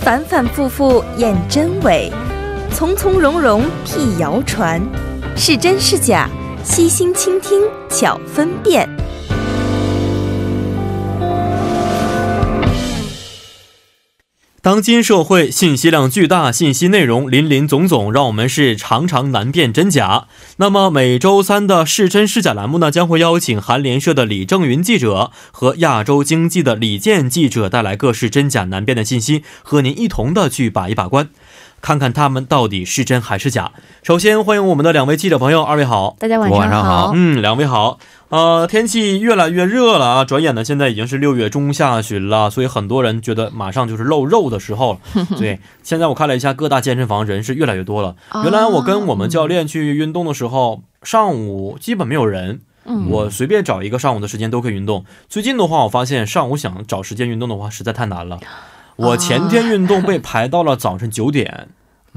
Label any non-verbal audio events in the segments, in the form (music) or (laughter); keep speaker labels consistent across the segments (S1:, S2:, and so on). S1: 反反复复验真伪，从从容容辟谣传，是真是假，悉心倾听巧分辨。
S2: 当今社会信息量巨大，信息内容林林总总，让我们是常常难辨真假。那么每周三的“是真是假”栏目呢，将会邀请韩联社的李正云记者和亚洲经济的李健记者，带来各式真假难辨的信息，和您一同的去把一把关，看看他们到底是真还是假。首先欢迎我们的两位记者朋友，二位好。
S3: 大家晚
S4: 晚上好
S3: 好。
S2: 嗯，两位好。呃，天气越来越热了啊，转眼呢，现在已经是六月中下旬了，所以很多人觉得马上就是露肉的时候
S3: (laughs)
S2: 了。对，现在我看了一下各大健身房人是越来越多了。
S3: 啊
S2: 原来我跟我们教练去运动的时候，上午基本没有人。
S3: 嗯
S2: 我随便找一个上午的时间都可以运动。最近的话，我发现上午想找时间运动的话实在太难了。
S3: 啊
S2: 我前天运动被排到了早晨九点，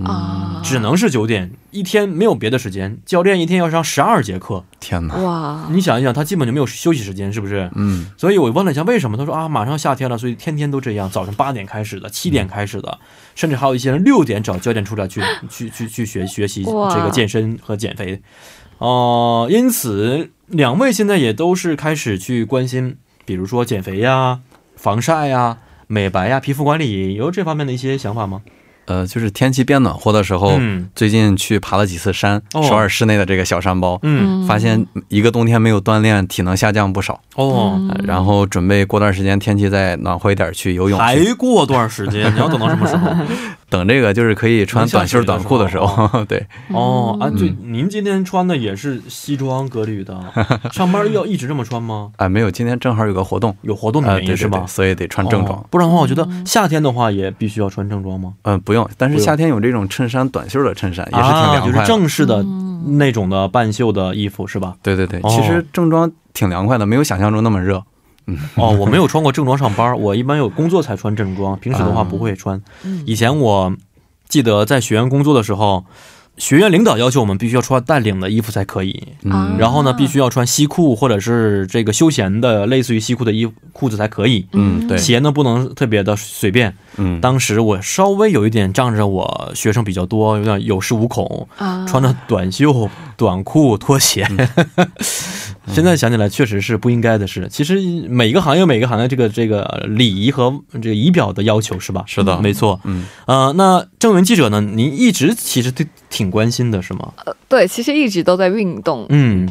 S3: 啊，
S2: 只能是九点，一天没有别的时间。教练一天要上十二节课，
S4: 天哪，
S3: 哇，
S2: 你想一想，他基本就没有休息时间，是不是？
S4: 嗯，
S2: 所以我问了一下为什么，他说啊，马上夏天了，所以天天都这样，早上八点开始的，七点开始的，甚至还有一些人六点找教练出来去 (laughs) 去去去学学习
S3: 哇
S2: 这个健身和减肥。哦、因此两位现在也都是开始去关心，比如说减肥呀、防晒呀、美白呀、皮肤管理，有这方面的一些想法吗？
S4: 呃，就是天气变暖和的时候，
S2: 嗯
S4: 最近去爬了几次山，
S2: 哦
S4: 首尔市内的这个小山包，
S2: 嗯，
S4: 发现一个冬天没有锻炼，体能下降不少。
S2: 哦。
S4: 呃然后准备过段时间天气再暖和一点去游泳
S2: 还
S4: 去，
S2: 过段时间，你要等到什么时候？
S4: 等这个就是可以穿短袖短裤的时
S2: 没下
S4: 候， (laughs) 对，
S2: 哦啊，对，
S4: 嗯
S2: 您今天穿的也是西装革履
S4: (laughs)
S2: 的，上班要一直这么穿吗？
S4: 啊，没有，今天正好有个活动，
S2: 有活动
S4: 啊，
S2: 的
S4: 对
S2: 原因
S4: 对
S2: 是
S4: 对，
S2: 吗？
S4: 所以得穿正装
S2: 哦。不然的话，我觉得夏天的话也必须要穿正装吗？
S4: 嗯，不用，但是
S2: 不用
S4: 夏天有这种衬衫短袖的衬衫也是挺
S2: 啊，
S4: 凉
S2: 就是
S4: 快的。
S2: 正式的那种的半袖的衣服
S4: (laughs)
S2: 是吧？
S4: 对对对，
S2: 哦
S4: 其实正装挺凉快的，没有想象中那么热。
S2: 哦，我没有穿过正装上班，我一般有工作才穿正装，平时的话不会穿。以前我记得在学院工作的时候，学院领导要求我们必须要穿带领的衣服才可以，
S4: 嗯，
S2: 然后呢，必须要穿西裤或者是这个休闲的类似于西裤的衣服裤子才可以。
S4: 嗯，对，
S2: 鞋呢不能特别的随便。
S4: 嗯，
S2: 当时我稍微有一点仗着我学生比较多，有点有恃无恐，
S3: 啊
S2: 穿着短袖、短裤、拖鞋。
S4: 嗯
S2: (laughs) 现在想起来，确实是不应该的事。其实每个行业有每个行业这个这个礼仪和这个仪表的要求是吧？
S4: 是的
S2: 没错。
S4: 嗯，
S2: 呃，那郑源记者呢？您一直其实对挺关心的是吗？
S3: 对，其实一直都在运动，
S2: 嗯，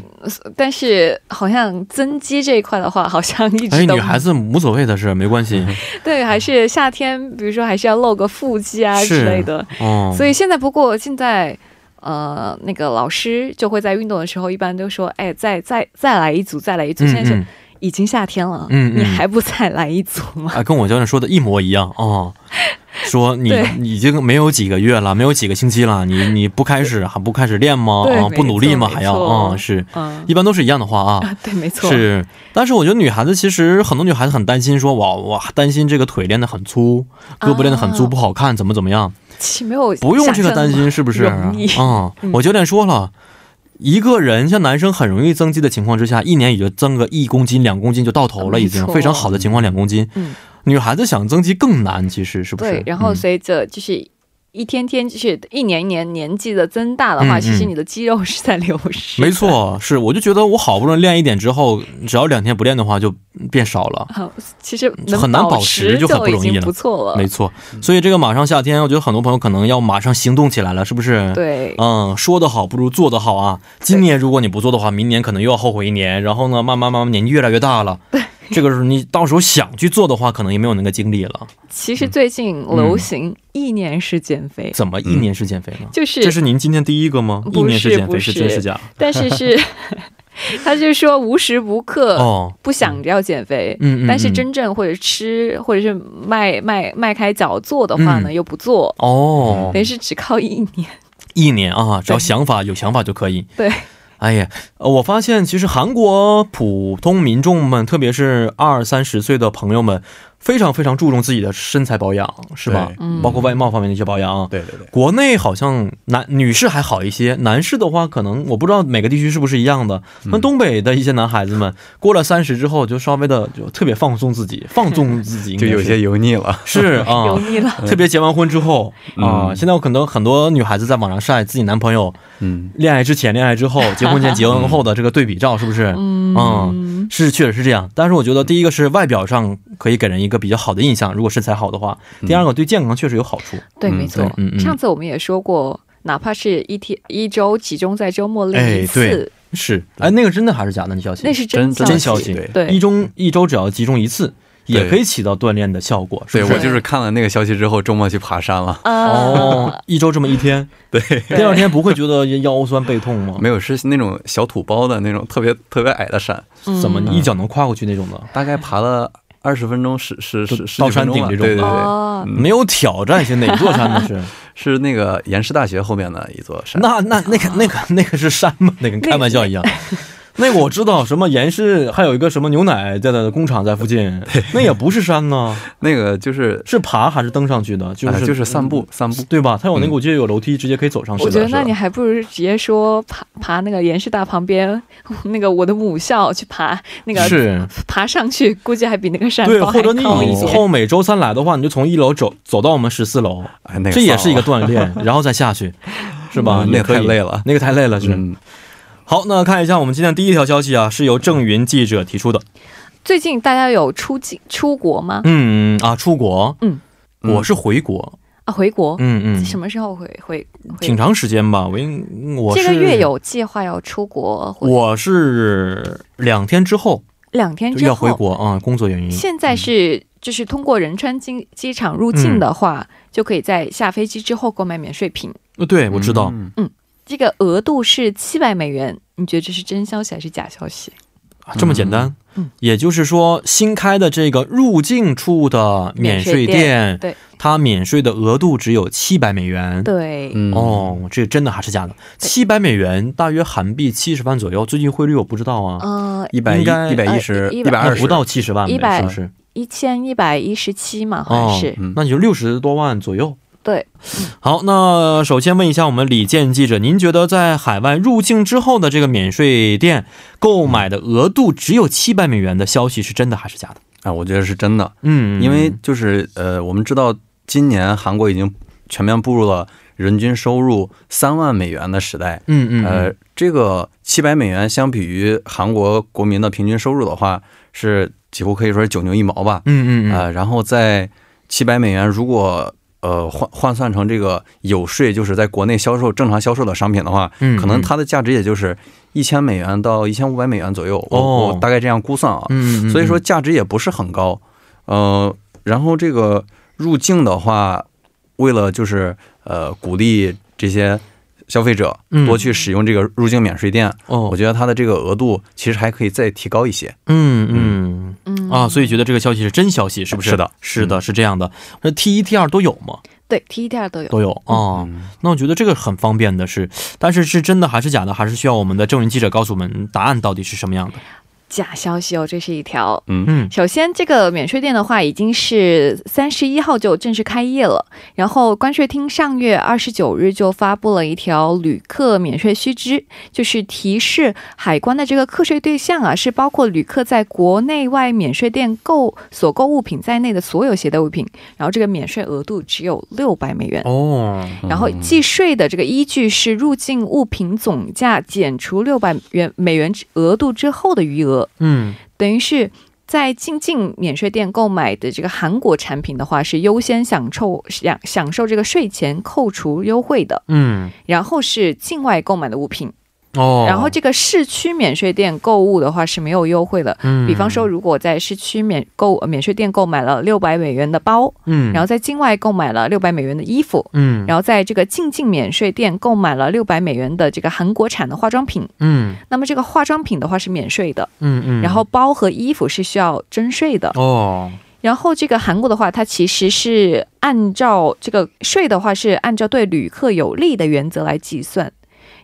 S3: 但是好像增肌这一块的话，好像一
S2: 哎，
S3: 直都
S2: 女孩子无所谓的事，没关系。
S3: 对，还是夏天，比如说还是要露个腹肌啊
S2: 是
S3: 之类的。
S2: (laughs) 哦，
S3: 嗯所以现在，不过现在。呃，那个老师就会在运动的时候，一般都说：“哎，再再再来一组，再来一组。
S2: 嗯
S3: 现在是
S2: 嗯
S3: 已经夏天了，
S2: 嗯嗯
S3: 你还不再来一组
S2: (laughs)
S3: 吗？
S2: 啊，跟我教练说的一模一样哦。说你
S3: 对
S2: 你已经没有几个月了，没有几个星期了，你你不开始还不开始练吗？
S3: 对
S2: 啊，
S3: 没
S2: 不努力吗？
S3: 错
S2: 还要
S3: 没错
S2: 啊、是，
S3: 嗯，
S2: 一般都是一样的话啊。
S3: 啊，对，没错，
S2: 是，但是我觉得女孩子其实很多女孩子很担心说，哇哇，担心这个腿练得很粗，胳膊练得很粗
S3: 啊
S2: 不好看，怎么怎么样？
S3: 其实没有
S2: 不用这个
S3: 想象
S2: 担
S3: 的
S2: 心，是不是？
S3: 容易
S2: 嗯，我教练说了。一个人像男生很容易增肌的情况之下，一年也就增个一公斤、两公斤就到头了，已经
S3: 没错
S2: 非常好的情况两公斤。
S3: 嗯
S2: 女孩子想增肌更难，其实是不是？
S3: 对，然后
S2: 嗯
S3: 随着就是一天天，就是一年一年年纪的增大的话，
S2: 嗯嗯
S3: 其实你的肌肉是在流失。
S2: 没。错，是我就觉得我好不容易练一点之后，只要两天不练的话就变少了。
S3: 好，其实能
S2: 很难保持
S3: 持
S2: 就很不
S3: 已
S2: 容易了
S3: 经不错了。
S2: 没错，
S3: 嗯
S2: 所以这个马上夏天，我觉得很多朋友可能要马上行动起来了，是不是？。
S3: 对，
S2: 嗯，说得好不如做得好啊！今年如果你不做的话，明年可能又要后悔一年。然后呢，慢慢慢慢年纪越来越大了，对，这个时候你到时候想去做的话，可能也没有那个精力了。
S3: 其实最近流行意念式减肥，
S2: 怎么一年是减肥呢？
S3: 嗯就是
S2: 嗯这是您今天第一个吗？一
S3: 不是
S2: 年是减肥
S3: 不
S2: 是
S3: 是
S2: 真是假？
S3: 但是
S2: (laughs)
S3: 是他就说无时无刻
S2: 哦，
S3: 不想着要减肥，
S2: 嗯嗯嗯
S3: 呃但是真正或者吃或者是迈迈迈开脚做的话呢，
S2: 嗯
S3: 又不做，
S2: 哦，
S3: 等于是只靠意念。
S2: 一年啊，只要
S3: 嗯对
S2: 想法有想法就可以。
S3: 对，
S2: 哎呀，呃我发现其实韩国普通民众们，特别是二三十岁的朋友们，非常非常注重自己的身材保养，是吧
S4: 对？
S3: 嗯
S2: 包括外貌方面的一些保养啊。
S4: 对对对，
S2: 国内好像男女士还好一些，男士的话可能我不知道每个地区是不是一样的。
S4: 嗯
S2: 那东北的一些男孩子们过了三十之后，就稍微的就特别放纵自己，放纵自
S4: (laughs)
S2: 己应该，
S4: 就是有些油腻
S2: (laughs)
S4: 了。 (laughs)
S2: 是
S3: 油
S2: 啊。
S3: 腻了，
S2: 特别结完婚之后啊、
S4: 嗯
S2: 现在我可能很多女孩子在网上晒自己男朋友
S4: 嗯，
S2: 恋爱之前、恋爱之后、结婚前、结婚后的这个对比照，是不是？嗯，是确实是这样。但是我觉得第一个是外表上可以给人一个比较好的印象，如果身材好的话；第二个对健康确实有好处。
S3: 对，
S4: 嗯
S3: 没错
S4: 对
S2: 嗯嗯。
S3: 上次我们也说过，哪怕是一天一周集中在周末练
S2: 哎对
S3: 一次，
S2: 是，哎，那个真的还是假的？你小心，
S3: 那是
S4: 真
S3: 消
S2: 真
S3: 息。
S2: 消
S4: 消
S2: 息
S4: 息，对
S3: 对，
S2: 一周一周只要集中一次，
S4: 对
S2: 也可以起到锻炼的效果。是
S4: 对
S2: 不
S4: 我
S2: 是
S4: 就是看了那个消息之后，周末去爬山了。
S3: 啊，
S2: 哦，一周这么一天，
S4: 对，
S2: 第二天不会觉得腰酸背痛吗？
S4: 没有是那种小土包的那种特别特别矮的山，
S3: 嗯
S2: 怎么你一脚能跨过去那种的？
S4: 大概爬了二十分钟，十十
S2: 就
S4: 十十
S2: 到
S4: 几分钟
S2: 山顶
S4: 吧
S2: 这种
S4: 对对对，
S3: 哦，
S4: 嗯
S2: 没有挑战性，哪座山那是？
S4: 是那个延世大学后面的一座
S2: (laughs)
S4: 山。
S2: 那那那个那个那个是山吗？那跟开玩笑一样。那个我知道，什么盐市还有一个什么牛奶在的工厂在附近，那也不是山呢，
S4: 那个就是
S2: 是爬还是登上去的？哎就是、嗯
S4: 呃就是散步散步。
S2: 对吧？它有那个，我记得有楼梯，直接可以走上去的。
S3: 我觉得
S2: 是吧
S3: 那你还不如直接说爬爬那个延师大旁边 (laughs) 那个我的母校去爬那个
S2: 是
S3: 爬上去，估计还比那个山
S2: 对，
S3: 高
S2: 或
S3: 还
S2: 者你
S3: 高一
S2: 以
S3: 些。
S2: 后每周三来的话，你就从一楼走走到我们十四楼，
S4: 哎，那个
S2: 这也是一个
S4: 算
S2: 锻
S4: (laughs)
S2: 炼，然后再下去，是吧？
S4: 嗯那
S2: 也可以
S4: 太累了
S2: 那个太累了，
S4: 了
S2: 是。
S4: 嗯，
S2: 好，那看一下我们今天第一条消息啊，是由郑云记者提出的。
S3: 最近大家有出境出国吗？
S2: 嗯啊，出国，
S3: 嗯，
S2: 我是回国，
S3: 啊，回国？
S2: 嗯嗯，
S3: 什么时候回回
S2: 挺
S3: 回？
S2: 长时间吧，我应我
S3: 这
S2: 是
S3: 个月，有计划要出国回，
S2: 我是两天之后
S3: 两天
S2: 就
S3: 之
S2: 要
S3: 后
S2: 回国啊、工作原因。
S3: 现在是就是通过仁川机机场入境的话、就可以在下飞机之后购买免税品，
S2: 呃，对，我知道，
S4: 嗯
S3: 这个额度是七百美元。你觉得这是真消息还是假消息？
S2: 啊这么简单。
S3: 嗯
S2: 也就是说，新开的这个入境处的免税
S3: 免税
S2: 店，
S3: 对
S2: 它免税的额度只有七百美元。
S3: 对，
S4: 嗯
S2: 哦，这真的还是假的？七百美元，大约韩币七十万左右。最近汇率我不知道啊，
S3: 呃，
S4: 一百一
S2: 应该
S4: 一百一十
S3: 呃一
S4: 一
S3: 百
S4: 百
S2: 那
S4: 二十
S2: 不到七十万呗，
S3: 100
S2: 是不是？
S3: 一千一百一十七嘛，好像是、
S2: 哦那你就六十多万左右。
S3: 对，
S2: 好，那首先问一下我们李健记者，您觉得在海外入境之后的这个免税店购买的额度只有七百美元的消息是真的还是假的？
S4: 啊，我觉得是真的，
S2: 嗯
S4: 因为就是呃，我们知道今年韩国已经全面步入了人均收入三万美元的时代。
S2: 嗯嗯
S4: 呃，这个七百美元相比于韩国国民的平均收入的话，是几乎可以说是九牛一毛吧。
S2: 嗯嗯嗯
S4: 啊、然后在七百美元，如果呃换换算成这个有税，就是在国内销售正常销售的商品的话，
S2: 嗯
S4: 可能它的价值也就是一千美元到一千五百美元左右，我、
S2: 哦
S4: 我大概这样估算啊。
S2: 嗯嗯嗯
S4: 所以说价值也不是很高。呃，然后这个入境的话，为了就是呃鼓励这些消费者
S2: 嗯
S4: 多去使用这个入境免税店，
S2: 哦
S4: 我，觉得它的这个额度其实还可以再提高一些。
S2: 嗯嗯
S3: 嗯
S2: 啊，所以觉得这个消息是真消息，是不是？
S4: 是的嗯
S2: 是的，是这样的。那 T 一 T 二都有吗？
S3: 对 T 一 T 二都有。
S2: 都
S4: 嗯
S2: 有啊、那我觉得这个很方便的是，但是是真的还是假的，还是需要我们的证人记者告诉我们答案到底是什么样的。
S3: 假消息哦，这是一条。
S2: 嗯
S3: 首先，这个免税店的话，已经是三十一号就正式开业了。然后，关税厅上月二十九日就发布了一条旅客免税须知，就是提示海关的这个课税对象啊，是包括旅客在国内外免税店购所购物品在内的所有携带物品。然后，这个免税额度只有六百美元。
S2: 哦，
S3: 然后计税的这个依据是入境物品总价减除六百元美元额度之后的余额，
S2: 嗯
S3: 等于是在进境免税店购买的这个韩国产品的话，是优先享受享享受这个税前扣除优惠的，
S2: 嗯
S3: 然后是境外购买的物品，
S2: 哦，
S3: 然后这个市区免税店购物的话是没有优惠的。
S2: 嗯
S3: 比方说，如果在市区免购呃免税店购买了六百美元的包，
S2: 嗯，
S3: 然后在境外购买了六百美元的衣服，
S2: 嗯
S3: 然后在这个进境免税店购买了六百美元的这个韩国产的化妆品，
S2: 嗯
S3: 那么这个化妆品的话是免税的，
S2: 嗯嗯，
S3: 然后包和衣服是需要征税的。
S2: 哦
S3: 然后这个韩国的话，它其实是按照这个税的话是按照对旅客有利的原则来计算。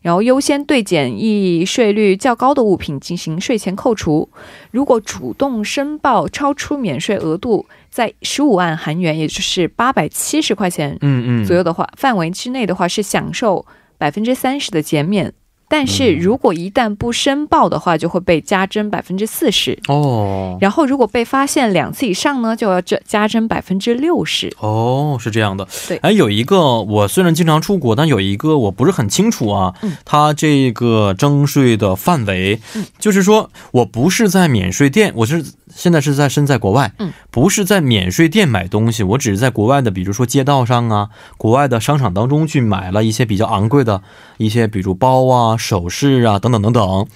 S3: 然后优先对简易税率较高的物品进行税前扣除。如果主动申报超出免税额度在十五万韩元，也就是八百七十块钱
S2: 嗯
S3: 左
S2: 嗯，
S3: 右的话，范围之内的话是享受百分之三十的减免。但是如果一旦不申报的话，就会被加征百分之四十。
S2: 哦
S3: 然后如果被发现两次以上呢，就要这加征百分之六十。
S2: 哦，是这样的。
S3: 对
S2: 哎，有一个我虽然经常出国，但有一个我不是很清楚啊，
S3: 嗯
S2: 它这个征税的范围，就是说我不是在免税店，我是现在是在身在国外，
S3: 嗯
S2: 不是在免税店买东西，我只是在国外的，比如说街道上啊，国外的商场当中去买了一些比较昂贵的一些，比如包啊、首饰啊等等等等，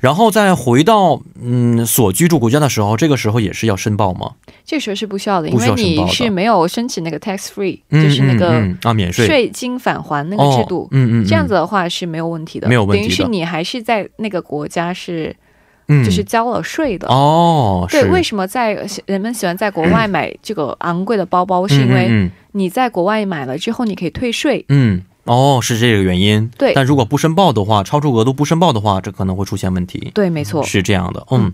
S2: 然后再回到嗯所居住国家的时候，这个时候也是要申报吗？
S3: 这时候是不需要的，因
S2: 不需
S3: 为
S2: 要申报
S3: 你
S2: 的
S3: 是没有申请那个 tax free，、
S2: 嗯
S3: 就是那个
S2: 嗯嗯啊免税
S3: 税金返还那
S2: 哦，
S3: 个制度。
S2: 嗯嗯，嗯
S3: 这样子的话是没有问题的，
S2: 没有问题的
S3: 等于是你还是在那个国家是
S2: 嗯
S3: 就是交了税的。
S2: 哦，
S3: 对，
S2: 是
S3: 为什么在人们喜欢在国外买这个昂贵的包包？是因为
S2: 嗯
S3: 你在国外买了之后，你可以退税。
S2: 嗯嗯哦是这个原因。
S3: 对
S2: 但如果不申报的话，超出额度不申报的话，这可能会出现问题。
S3: 对，没错。
S2: 是这样的，嗯，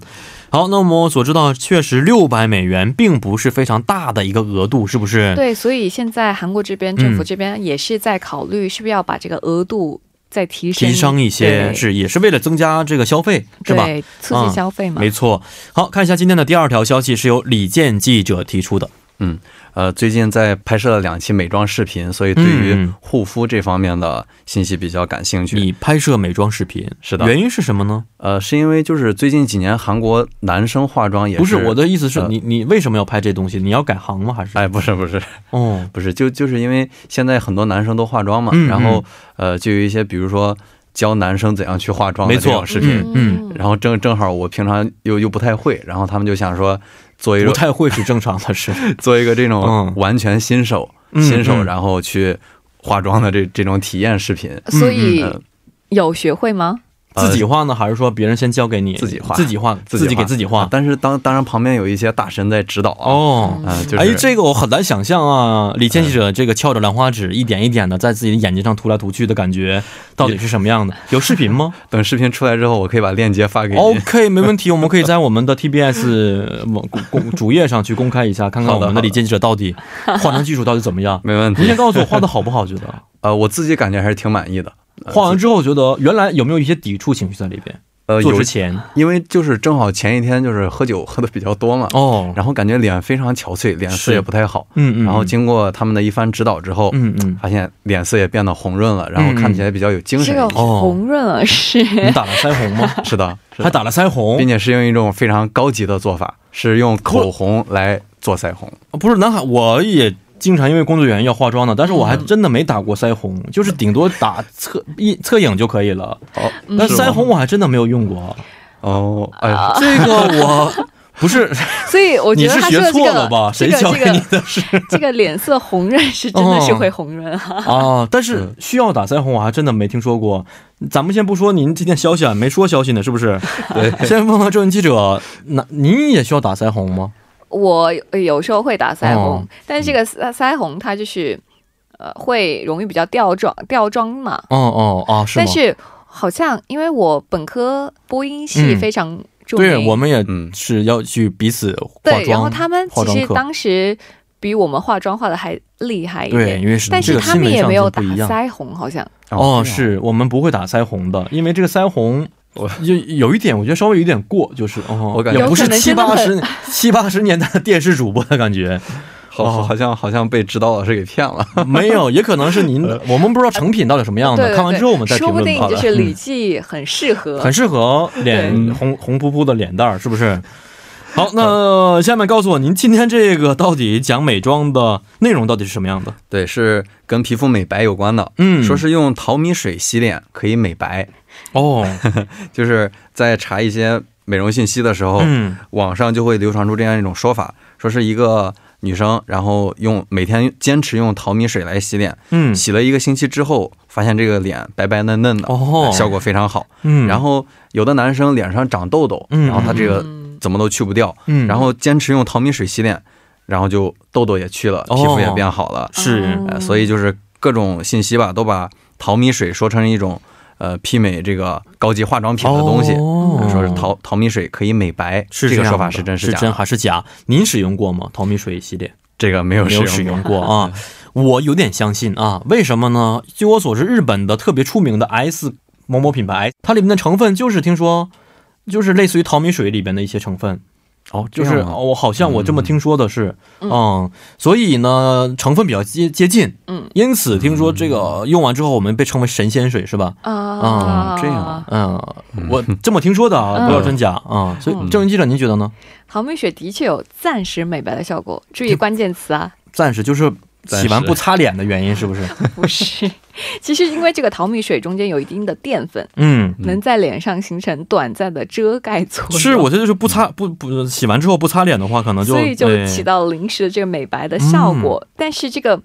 S2: 好，那么我所知道，确实六百美元并不是非常大的一个额度，是不是？，
S3: 对，所以现在韩国这边政
S2: 嗯
S3: 府这边也是在考虑，是不是要把这个额度再提升
S2: 提升一些
S3: 对
S2: 是也是为了增加这个消费，是吧？
S3: 对，促
S2: 嗯
S3: 进消费嘛。
S2: 没错。好看一下今天的第二条消息，是由李健记者提出的。
S4: 呃，最近在拍摄了两期美妆视频，所以
S2: 嗯
S4: 对于护肤这方面的信息比较感兴趣。
S2: 你拍摄美妆视频
S4: 是的
S2: 原因是什么呢？
S4: 呃，是因为就是最近几年韩国男生化妆也
S2: 不是我的意思是
S4: 呃
S2: 你你为什么要拍这东西？你要改行吗？还是？
S4: 哎，不是不是
S2: 哦，
S4: 不是，就就是因为现在很多男生都化妆嘛，
S2: 嗯
S4: 然后呃，就有一些比如说教男生怎样去化妆的
S2: 没
S4: 这
S2: 错
S4: 种视频，
S2: 嗯嗯
S4: 然后正正好我平常又又不太会，然后他们就想说做一
S2: 不
S4: 个
S2: 太会是正常的
S4: (laughs)
S2: 事。
S4: 做一个这种
S2: 嗯
S4: 完全新手、
S2: 嗯
S4: 新手，
S2: 嗯
S4: 然后去化妆的这这种体验视频。
S3: 所以
S4: 嗯嗯
S3: 有学会吗？
S4: 呃
S2: 自己画呢，还是说别人先教给你
S4: 自己画
S2: 自己画，自己给自己画
S4: 啊？但是当当然旁边有一些大神在指导啊，
S2: 哦。
S4: 啊、就是
S2: 哎，这个我很难想象啊！李健记者这个翘着兰花指，一点一点的在自己的眼睛上涂来涂去的感觉，到底是什么样的？有视频吗
S4: (laughs) 等视频出来之后，我可以把链接发给你。 (laughs)
S2: ？OK，没问题，我们可以在我们的 TBS 网公公主页上去公开一下，看看我
S4: 好的。
S2: 们的李健记者到底化妆技术到底怎么样
S4: 没问
S2: 您
S4: 题
S2: 先，告诉我画的好不好？觉得
S4: 呃，我自己感觉还是挺满意的。
S2: 画完之后，觉得原来有没有一些抵触情绪在里边？
S4: 呃，
S2: 做
S4: 有
S2: 之，前
S4: 因为就是正好前一天就是喝酒喝的比较多嘛，
S2: 哦，
S4: 然后感觉脸非常憔悴，脸
S2: 是
S4: 色也不太好。
S2: 嗯嗯，
S4: 然后
S2: 嗯
S4: 经过他们的一番指导之后，
S2: 嗯
S4: (laughs)
S2: 嗯，
S4: 发现脸色也变得红润了，然后看起来比较有精
S3: 这
S4: 神一
S3: 个
S4: 点。
S2: 哦嗯
S3: 红润啊，是
S2: 你打了腮红吗？
S4: 是的，
S2: 还
S4: 是的，
S2: 打了腮红，
S4: 并且是用一种非常高级的做法，是用口红来做腮红。
S2: 啊不是南海，我也经常因为工作原因要化妆的，但是我还真的没打过腮红，就是顶多打侧一侧影就可以了。
S4: 嗯哦，
S2: 但
S4: 是吗
S2: 腮红我还真的没有用
S4: (laughs)
S2: 过，
S4: 哦，哎呀，
S3: 啊
S2: 这个 (laughs) 我不是，
S3: (laughs) 所以我
S2: 你
S3: 觉得
S2: 是
S3: 他
S2: 学
S3: 说的这
S2: 错
S3: 个
S2: 了吧？
S3: 这
S2: 谁
S3: 个
S2: 教
S3: 这
S2: 给你
S3: 个
S2: 的哦是
S3: (laughs) 这个脸色红润是真的是会红润啊。
S2: 啊？但是需要打腮红，我还真的没听说过。咱们先不说您今天消息啊，没说消息呢，是不
S4: (laughs)
S2: 是？对，先问问中文记者，那您也需要打腮红吗？
S3: 我有有时候会打腮红，
S2: 哦
S3: 但是这个腮腮红它就是呃会容易比较掉妆掉妆嘛。
S2: 哦哦啊，是吗？
S3: 但是好像因为我本科播音系
S2: 嗯
S3: 非常著名，
S2: 对，我们也
S4: 嗯
S2: 是要去彼此化妆，
S3: 对，然后他们
S2: 化
S3: 其
S2: 妆
S3: 实
S2: 课
S3: 当时比我们化妆化的还厉害一
S2: 对，
S3: 点。
S2: 因为是
S3: 但
S2: 这
S3: 是
S2: 个
S3: 他
S2: 新
S3: 们
S2: 闻
S3: 也
S2: 上
S3: 没
S2: 就
S3: 有打
S2: 不一样。
S3: 腮红，好像
S2: (laughs) 哦，
S4: 这样
S2: 是我们不会打腮红的，因为这个腮红
S4: 我。
S2: 有有一点，我觉得稍微有一点过，就是哦，
S4: 我感觉
S2: 也不是
S3: 有可能
S2: 七
S3: 真的
S2: 八
S3: 很
S2: 十七八十年代的电视主播的感觉，
S4: 好，哦
S2: 哦
S4: 好好像好像被指导老师给
S2: (laughs)
S4: 骗了。
S2: 没有，也可能是
S4: (laughs)
S2: 您，我们不知道成品到底什么样
S3: 对
S2: 的，
S3: 对
S2: 哦看完
S3: 对
S2: 之后我们再评
S3: 说不
S2: 论
S3: 定
S2: 吧。
S3: 就是李记很适合，
S2: 很适合脸
S4: 对
S2: 红红扑扑的脸蛋儿，是不是？好，那下面告诉我，您今天这个到底讲美妆的内容到底是什么样的？
S4: 对，是跟皮肤美白有关的。
S2: 嗯，
S4: 说是用淘米水洗脸可以美白，
S2: 哦，
S4: 就是在查一些美容信息的时候，
S2: 嗯
S4: 网上就会流传出这样一种说法，说是一个女生，然后用每天坚持用淘米水来洗脸，
S2: 嗯
S4: 洗了一个星期之后，发现这个脸白白嫩嫩的，
S2: 哦
S4: 效果非常好。
S2: 嗯，
S4: 然后有的男生脸上长痘痘，
S2: 嗯
S4: 然后他这个
S3: 嗯
S4: 怎么都去不掉，
S2: 嗯，
S4: 然后坚持用淘米水洗脸，然后就痘痘也去了，
S2: 哦
S4: 皮肤也变好了。
S2: 是
S4: 呃，所以就是各种信息吧，都把淘米水说成一种呃媲美这个高级化妆品的东西，
S2: 哦
S4: 说是淘淘米水可以美白，
S2: 是
S4: 这个
S2: 样
S4: 说法
S2: 的
S4: 是真
S2: 是
S4: 假
S2: 真
S4: 的？
S2: 还是假？您使用过吗？淘米水系列？
S4: 这个没有
S2: 没有使用过啊。我有点相信啊，为什么呢？据我所知，日本的特别出名的 S 某某品牌，它里面的成分就是听说，就是类似于淘米水里边的一些成分，
S4: 哦，
S2: 就
S4: 就是是
S2: 哦我好像我这么听说的是，
S3: 嗯
S2: 嗯，所以呢，成分比较接接近，
S3: 嗯
S2: 因此听说这个用完之后，我们被称为神仙水是吧？
S3: 啊、
S4: 这样
S2: 嗯，我这么听说的啊，
S3: 嗯
S2: 不知道真假啊、所以，郑云记者，您觉得呢？
S3: 淘米雪的确有暂时美白的效
S2: (laughs)
S3: 果，注意关键词啊，
S2: 暂时就是
S4: 暂时
S2: 洗完不擦脸的原因是不是？
S3: 不是。 (laughs) 其实因为这个淘米水中间有一定的淀粉，
S2: 嗯，
S3: 能在脸上形成短暂的遮盖作用，
S2: 是，我觉得就是不擦不不洗完之后不擦脸的话，可能啊就哎嗯
S3: 所以就
S2: 对
S3: 起到临时的这个美白的效果。但是这个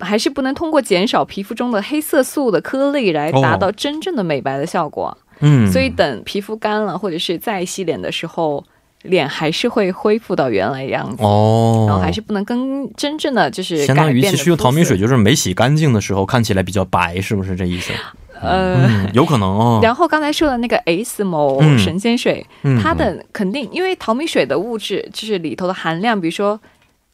S3: 还是不能通过减少皮肤中的黑色素的颗粒来达到真正的美白的效果。
S2: 哦嗯，
S3: 所以等皮肤干了，或者是再洗脸的时候，脸还是会恢复到原来样子。
S2: 哦，
S3: 然后还是不能跟真正的就是
S2: 相当于
S3: 改变
S2: 其
S3: 的
S2: 实用淘米水
S3: 肤
S2: 就是没洗干净的时候看起来比较白，是不是这意思？
S3: 色呃。
S2: 嗯，有可能哦。
S3: (laughs) 然后刚才说的那个 S 某
S2: 嗯
S3: 神仙水，
S2: 嗯
S3: 它的肯定，因为淘米水的物质就是里头的含量，比如说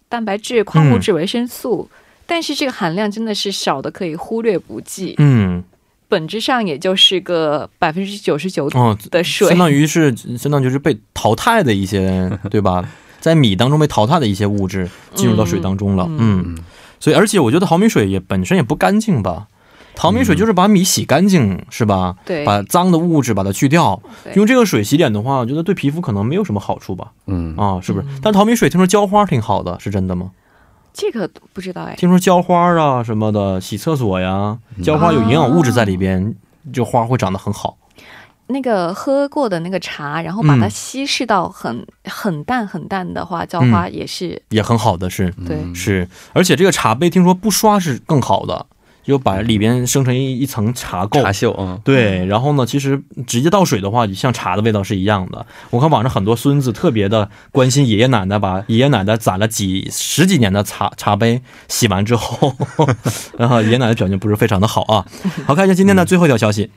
S3: 蛋白质、矿物质、维生素，但是这个含量真的是少的可以忽略不计，
S2: 嗯
S3: 本质上也就是个百分之九十九
S2: 哦，
S3: 的水
S2: 相。当于是相当于就是被淘汰的一些，对吧？在米当中被淘汰的一些物质进入到水当中了，嗯，所以而且我觉得淘米水也本身也不干净吧。淘米水就是把米洗干净，是吧？
S3: 对
S2: 把脏的物质把它去掉，
S3: 对
S2: 用这个水洗脸的话，我觉得对皮肤可能没有什么好处吧？
S4: 嗯，
S2: 啊，是不是？但淘米水听说浇花挺好的，是真的吗？
S3: 这个不知道哎，
S2: 听说浇花啊什么的，洗厕所呀，浇花有营养物质在里边，这花会长得很好。
S3: 那个喝过的那个茶，然后把它
S2: 嗯
S3: 稀释到很、很淡很淡的话，浇花
S2: 嗯
S3: 也是、
S2: 也很好的是
S3: 对。
S2: 是，而且这个茶杯听说不刷是更好的，就把里边生成一一层茶垢
S4: 茶。秀啊，
S2: 对，然后呢，其实直接倒水的话，像茶的味道是一样的。我看网上很多孙子特别的关心爷爷奶奶，把爷爷奶奶攒了几十几年的茶茶杯洗完之后， (laughs) 然后爷爷奶奶表现不是非常的好啊。好，看一下今天的最后一条消息。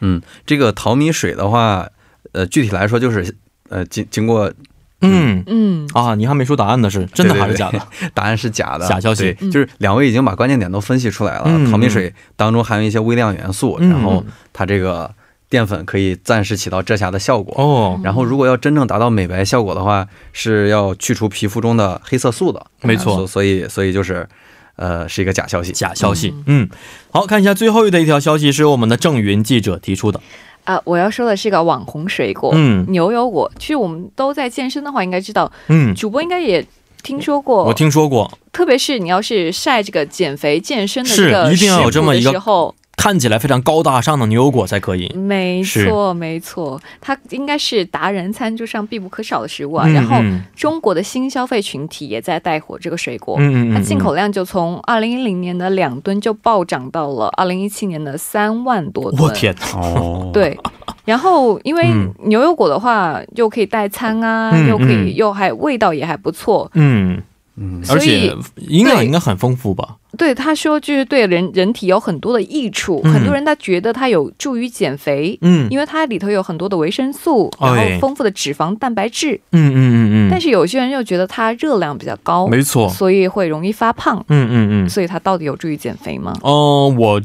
S4: 嗯，这个淘米水的话，呃，具体来说就是呃，经经过
S2: 嗯，
S3: 嗯，
S2: 啊，你还没说答案呢，是真的还是假的？
S3: (laughs)
S4: 答案是假的，
S2: 假消息
S4: 对，就是两位已经把关键点都分析出来了。
S2: 嗯
S4: 淘米水当中含有一些微量元素，
S2: 嗯
S4: 然后它这个淀粉可以暂时起到遮瑕的效果。
S2: 哦，
S4: 然后，如果要真正达到美白效果的话，是要去除皮肤中的黑色素的。
S2: 没错
S4: 所所以所以就是，呃，是一个假消息。
S2: 假消息。嗯，好看一下最后的一条消息是我们的郑云记者提出的。
S3: 啊、我要说的是个网红水果，
S2: 嗯
S3: 牛油果。其实我们都在健身的话，应该知道，
S2: 嗯，
S3: 主播应该也听说过。
S2: 我，听说过，
S3: 特别是你要是晒这个减肥健身的
S2: 是
S3: 个
S2: 一定要有
S3: 食谱
S2: 这么
S3: 的
S2: 一个
S3: 时候，
S2: 看起来非常高大上的牛油果才可以。
S3: 没
S2: 是
S3: 错没错，它应该是达人餐桌上必不可少的食物啊。
S2: 嗯
S3: 然后
S2: 嗯
S3: 中国的新消费群体也在带火这个水果。
S2: 嗯嗯
S3: 它
S2: 嗯，
S3: 进口量就从二零一零年的两吨就暴涨到了二零一七年的三万多
S2: 嗯。
S3: 吨。
S2: 我！天哪！ (laughs)
S4: 哦，
S3: 对，然后因为
S2: 嗯
S3: 牛油果的话，又可以代餐啊，
S2: 嗯
S3: 又可以，
S2: 嗯
S3: 又还味道也还不错，
S2: 嗯，
S4: 嗯，
S2: 而
S3: 所以
S2: 且营养
S3: 对
S2: 应该很丰富吧？
S3: 对他说就是对人人体有很多的益处，
S2: 嗯
S3: 很多人他觉得它有助于减肥。
S2: 嗯
S3: 因为它里头有很多的维生素，然
S2: 哎
S3: 后丰富的脂肪、蛋白质，
S2: 嗯嗯嗯嗯，
S3: 但是有些人又觉得它热量比较高，
S2: 没错。
S3: 所以会容易发胖。
S2: 嗯嗯嗯。
S3: 所以它到底有助于减肥吗？
S2: 哦、我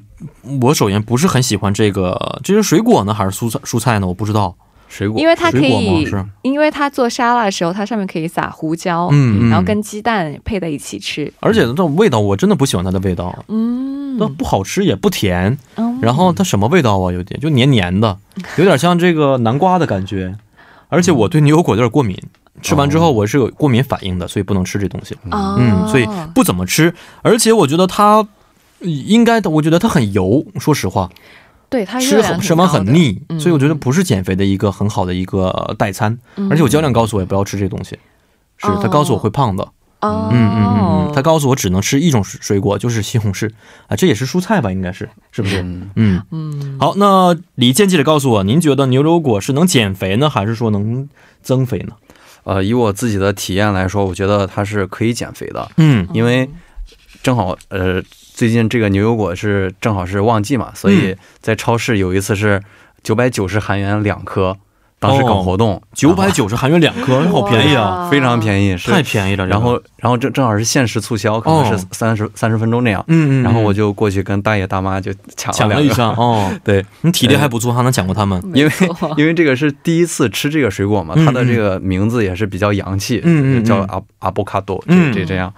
S2: 我首先不是很喜欢这个，这是水果呢还是蔬菜蔬菜呢？我不知道。
S4: 水果
S3: 因为它可
S2: 水果吗
S3: 以
S2: 是，
S3: 因为它做沙拉的时候，它上面可以撒胡椒，
S2: 嗯嗯
S3: 然后跟鸡蛋配在一起吃。
S2: 而且这味道我真的不喜欢它的味道，
S3: 嗯，
S2: 那不好吃也不甜，
S3: 嗯
S2: 然后它什么味道啊？有点就黏黏
S3: (laughs)
S2: 的，有点像这个南瓜的感觉。而且我对牛油果有点过敏，吃完之
S3: 哦
S2: 后我是有过敏反应的，所以不能吃这东西。
S3: 啊
S2: 嗯，所以不怎么吃。而且我觉得它应该，我觉得它很油，说实话，
S3: 对它热
S2: 吃
S3: 量
S2: 很
S3: 挺
S2: 吃完
S3: 高的
S2: 很，腻，
S3: 嗯
S2: 所以我觉得不是减肥的一个很好的一个呃代餐。
S3: 嗯
S2: 而且我教练告诉我也不要吃这东西，是他告诉我会胖的。
S3: 哦，
S2: 嗯嗯嗯嗯，他告诉我只能吃一种水水果，就是西红柿啊，这也是蔬菜吧，应该是是不是？
S4: 嗯
S2: 嗯
S3: 嗯
S2: 好，那李健记者告诉我，您觉得牛油果是能减肥呢，还是说能增肥呢？
S4: 呃，以我自己
S3: 哦
S4: 的体验来说，我觉得它是可以减肥的，
S2: 嗯
S4: 因为正好呃最近这个牛油果是正好是旺季嘛，所
S2: 嗯
S4: 以在超市有一次是九百九十韩元两颗，当时搞活动，
S2: 哦九百九十韩元两颗，好便宜啊，
S3: 哦
S4: 非常
S3: 宜。
S4: 便宜，是
S2: 太便宜了。这个
S4: 然，后，然后正正好是限时促销，可能是三十三十分钟那样。
S2: 哦嗯嗯，
S4: 然后我
S2: 就
S4: 就过去跟大爷大妈就抢
S2: 抢
S4: 了
S2: 了
S4: 两
S2: 一
S4: 个。
S2: 下哦。
S4: (laughs) 对，
S2: 你体力还不错，还能抢过他们。
S4: 因为
S3: 没错
S4: 因为这个是第一次吃这个水果嘛，
S2: 嗯
S4: 它的这个名字也是比较洋气，
S2: 嗯嗯嗯
S4: 叫阿阿波卡多，
S2: 嗯
S4: 这这这样。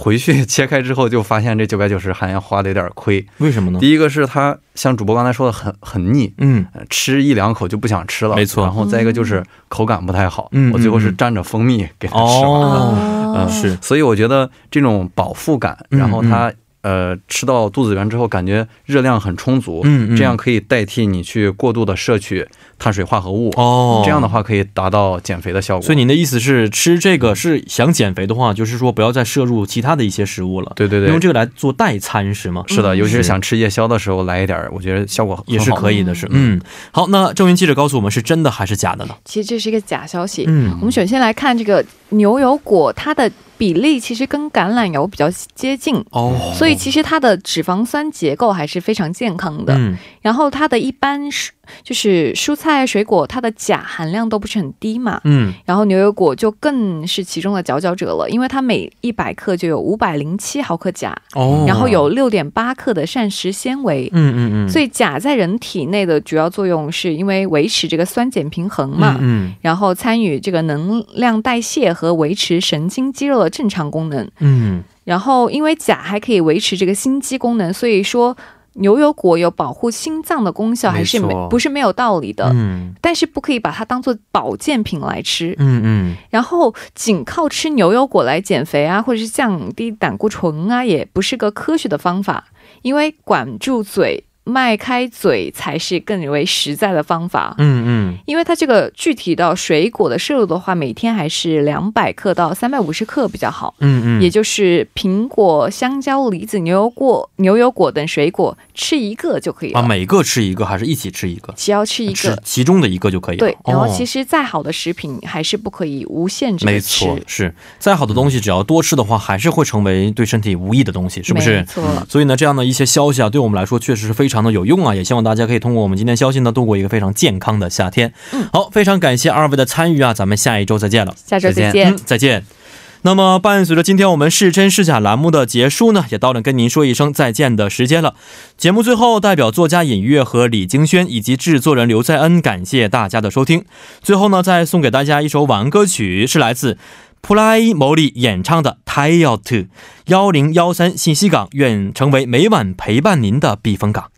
S4: 回去切开之后，就发现这九百九十韩元花的有点亏。
S2: 为什么呢？
S4: 第一个是它像主播刚才说的很很腻，
S2: 嗯，
S4: 呃吃一两口就不想吃了，
S2: 没错
S4: 然后再一个就是口感不太好，
S2: 嗯
S4: 我最后
S2: 嗯
S4: 是
S2: 嗯
S4: 蘸着蜂蜜给它吃完。
S2: 哦，
S3: 哦
S4: 嗯
S2: 是，
S4: 所以我觉得这种饱腹感，
S2: 嗯
S4: 然后它呃吃到肚子里边之后，感觉热量很充足，
S2: 嗯嗯
S4: 这样可以代替你去过度的摄取碳水化合物，
S2: 哦，
S4: 这样的话可以达到减肥的效果。
S2: 所以您的意思是，吃这个是想减肥的话，就是说不要再摄入其他的一些食物了，
S4: 对对
S2: 用
S4: 对，
S2: 这个来做代餐是吗？嗯
S4: 是的，尤其
S2: 是
S4: 是想吃夜宵的时候来一点儿，我觉得效果很
S2: 也是
S4: 好
S2: 可以的是，嗯，好，那郑云记者告诉我们是真的还是假的呢？
S3: 其实这是一个假消息。我
S2: 嗯
S3: 们首先来看这个牛油果，它的比例其实跟橄榄油比较接近，
S2: 哦
S3: 所以其实它的脂肪酸结构还是非常健康的。
S2: 嗯
S3: 然后它的一般蔬就是蔬菜水果，它的钾含量都不是很低嘛。
S2: 嗯，
S3: 然后牛油果就更是其中的佼佼者了，因为它每一百克就有五百零七毫克钾，
S2: 哦，
S3: 然后有六点八克的膳食纤维。
S2: 嗯嗯嗯，
S3: 所
S2: 以
S3: 以钾在人体内的主要作用是因为维持这个酸碱平衡嘛，
S2: 嗯
S3: 然后参与这个能量代谢和维持神经肌肉的正常功能。
S2: 嗯
S3: 然后，因为钾还可以维持这个心肌功能，所以说牛油果有保护心脏的功效，还是
S2: 没
S3: 没
S2: 错
S3: 不是没有道理的。
S2: 嗯
S3: 但是不可以把它当做保健品来吃，
S2: 嗯嗯，
S3: 然后仅靠吃牛油果来减肥啊，或者是降低胆固醇啊，也不是个科学的方法，因为管住嘴、迈开嘴才是更为实在的方法。
S2: 嗯嗯，
S3: 因为它这个具体到水果的摄入的话，每天还是两百克到三百五十克比较好。
S2: 嗯嗯，
S3: 也就是苹果、香蕉、梨子、牛油果、牛油果等水果，吃一个就可以了。
S2: 啊，每个吃一个还是一起吃一个？
S3: 只要吃一
S2: 吃
S3: 个，
S2: 其中的一个就可以了。
S3: 对。然后
S2: 哦
S3: 其实再好的食品还是不可以无限制
S2: 没
S3: 的吃，
S2: 错，是再好的东西，只要多吃的话，还是会成为对身体无益的东西，是不
S3: 没
S2: 是？嗯
S3: 错。
S2: 所以呢，这样的一些消息啊，对我们来说确实是非常的有用啊，也希望大家可以通过我们今天消息呢，度过一个非常健康的夏天。
S3: 嗯
S2: 好，非常感谢二位的参与啊，咱们下一周再见了。
S3: 下周再
S4: 再见
S3: 见
S2: 嗯，。再见。那么，伴随着今天我们是真是假栏目的结束呢，也到了跟您说一声再见的时间了。节目最后，代表作家尹月和李京轩以及制作人刘在恩，感谢大家的收听。最后呢，再送给大家一首晚安歌曲，是来自普莱摩利演唱的《太阳 to 幺零幺三信息港》，愿成为每晚陪伴您的避风港。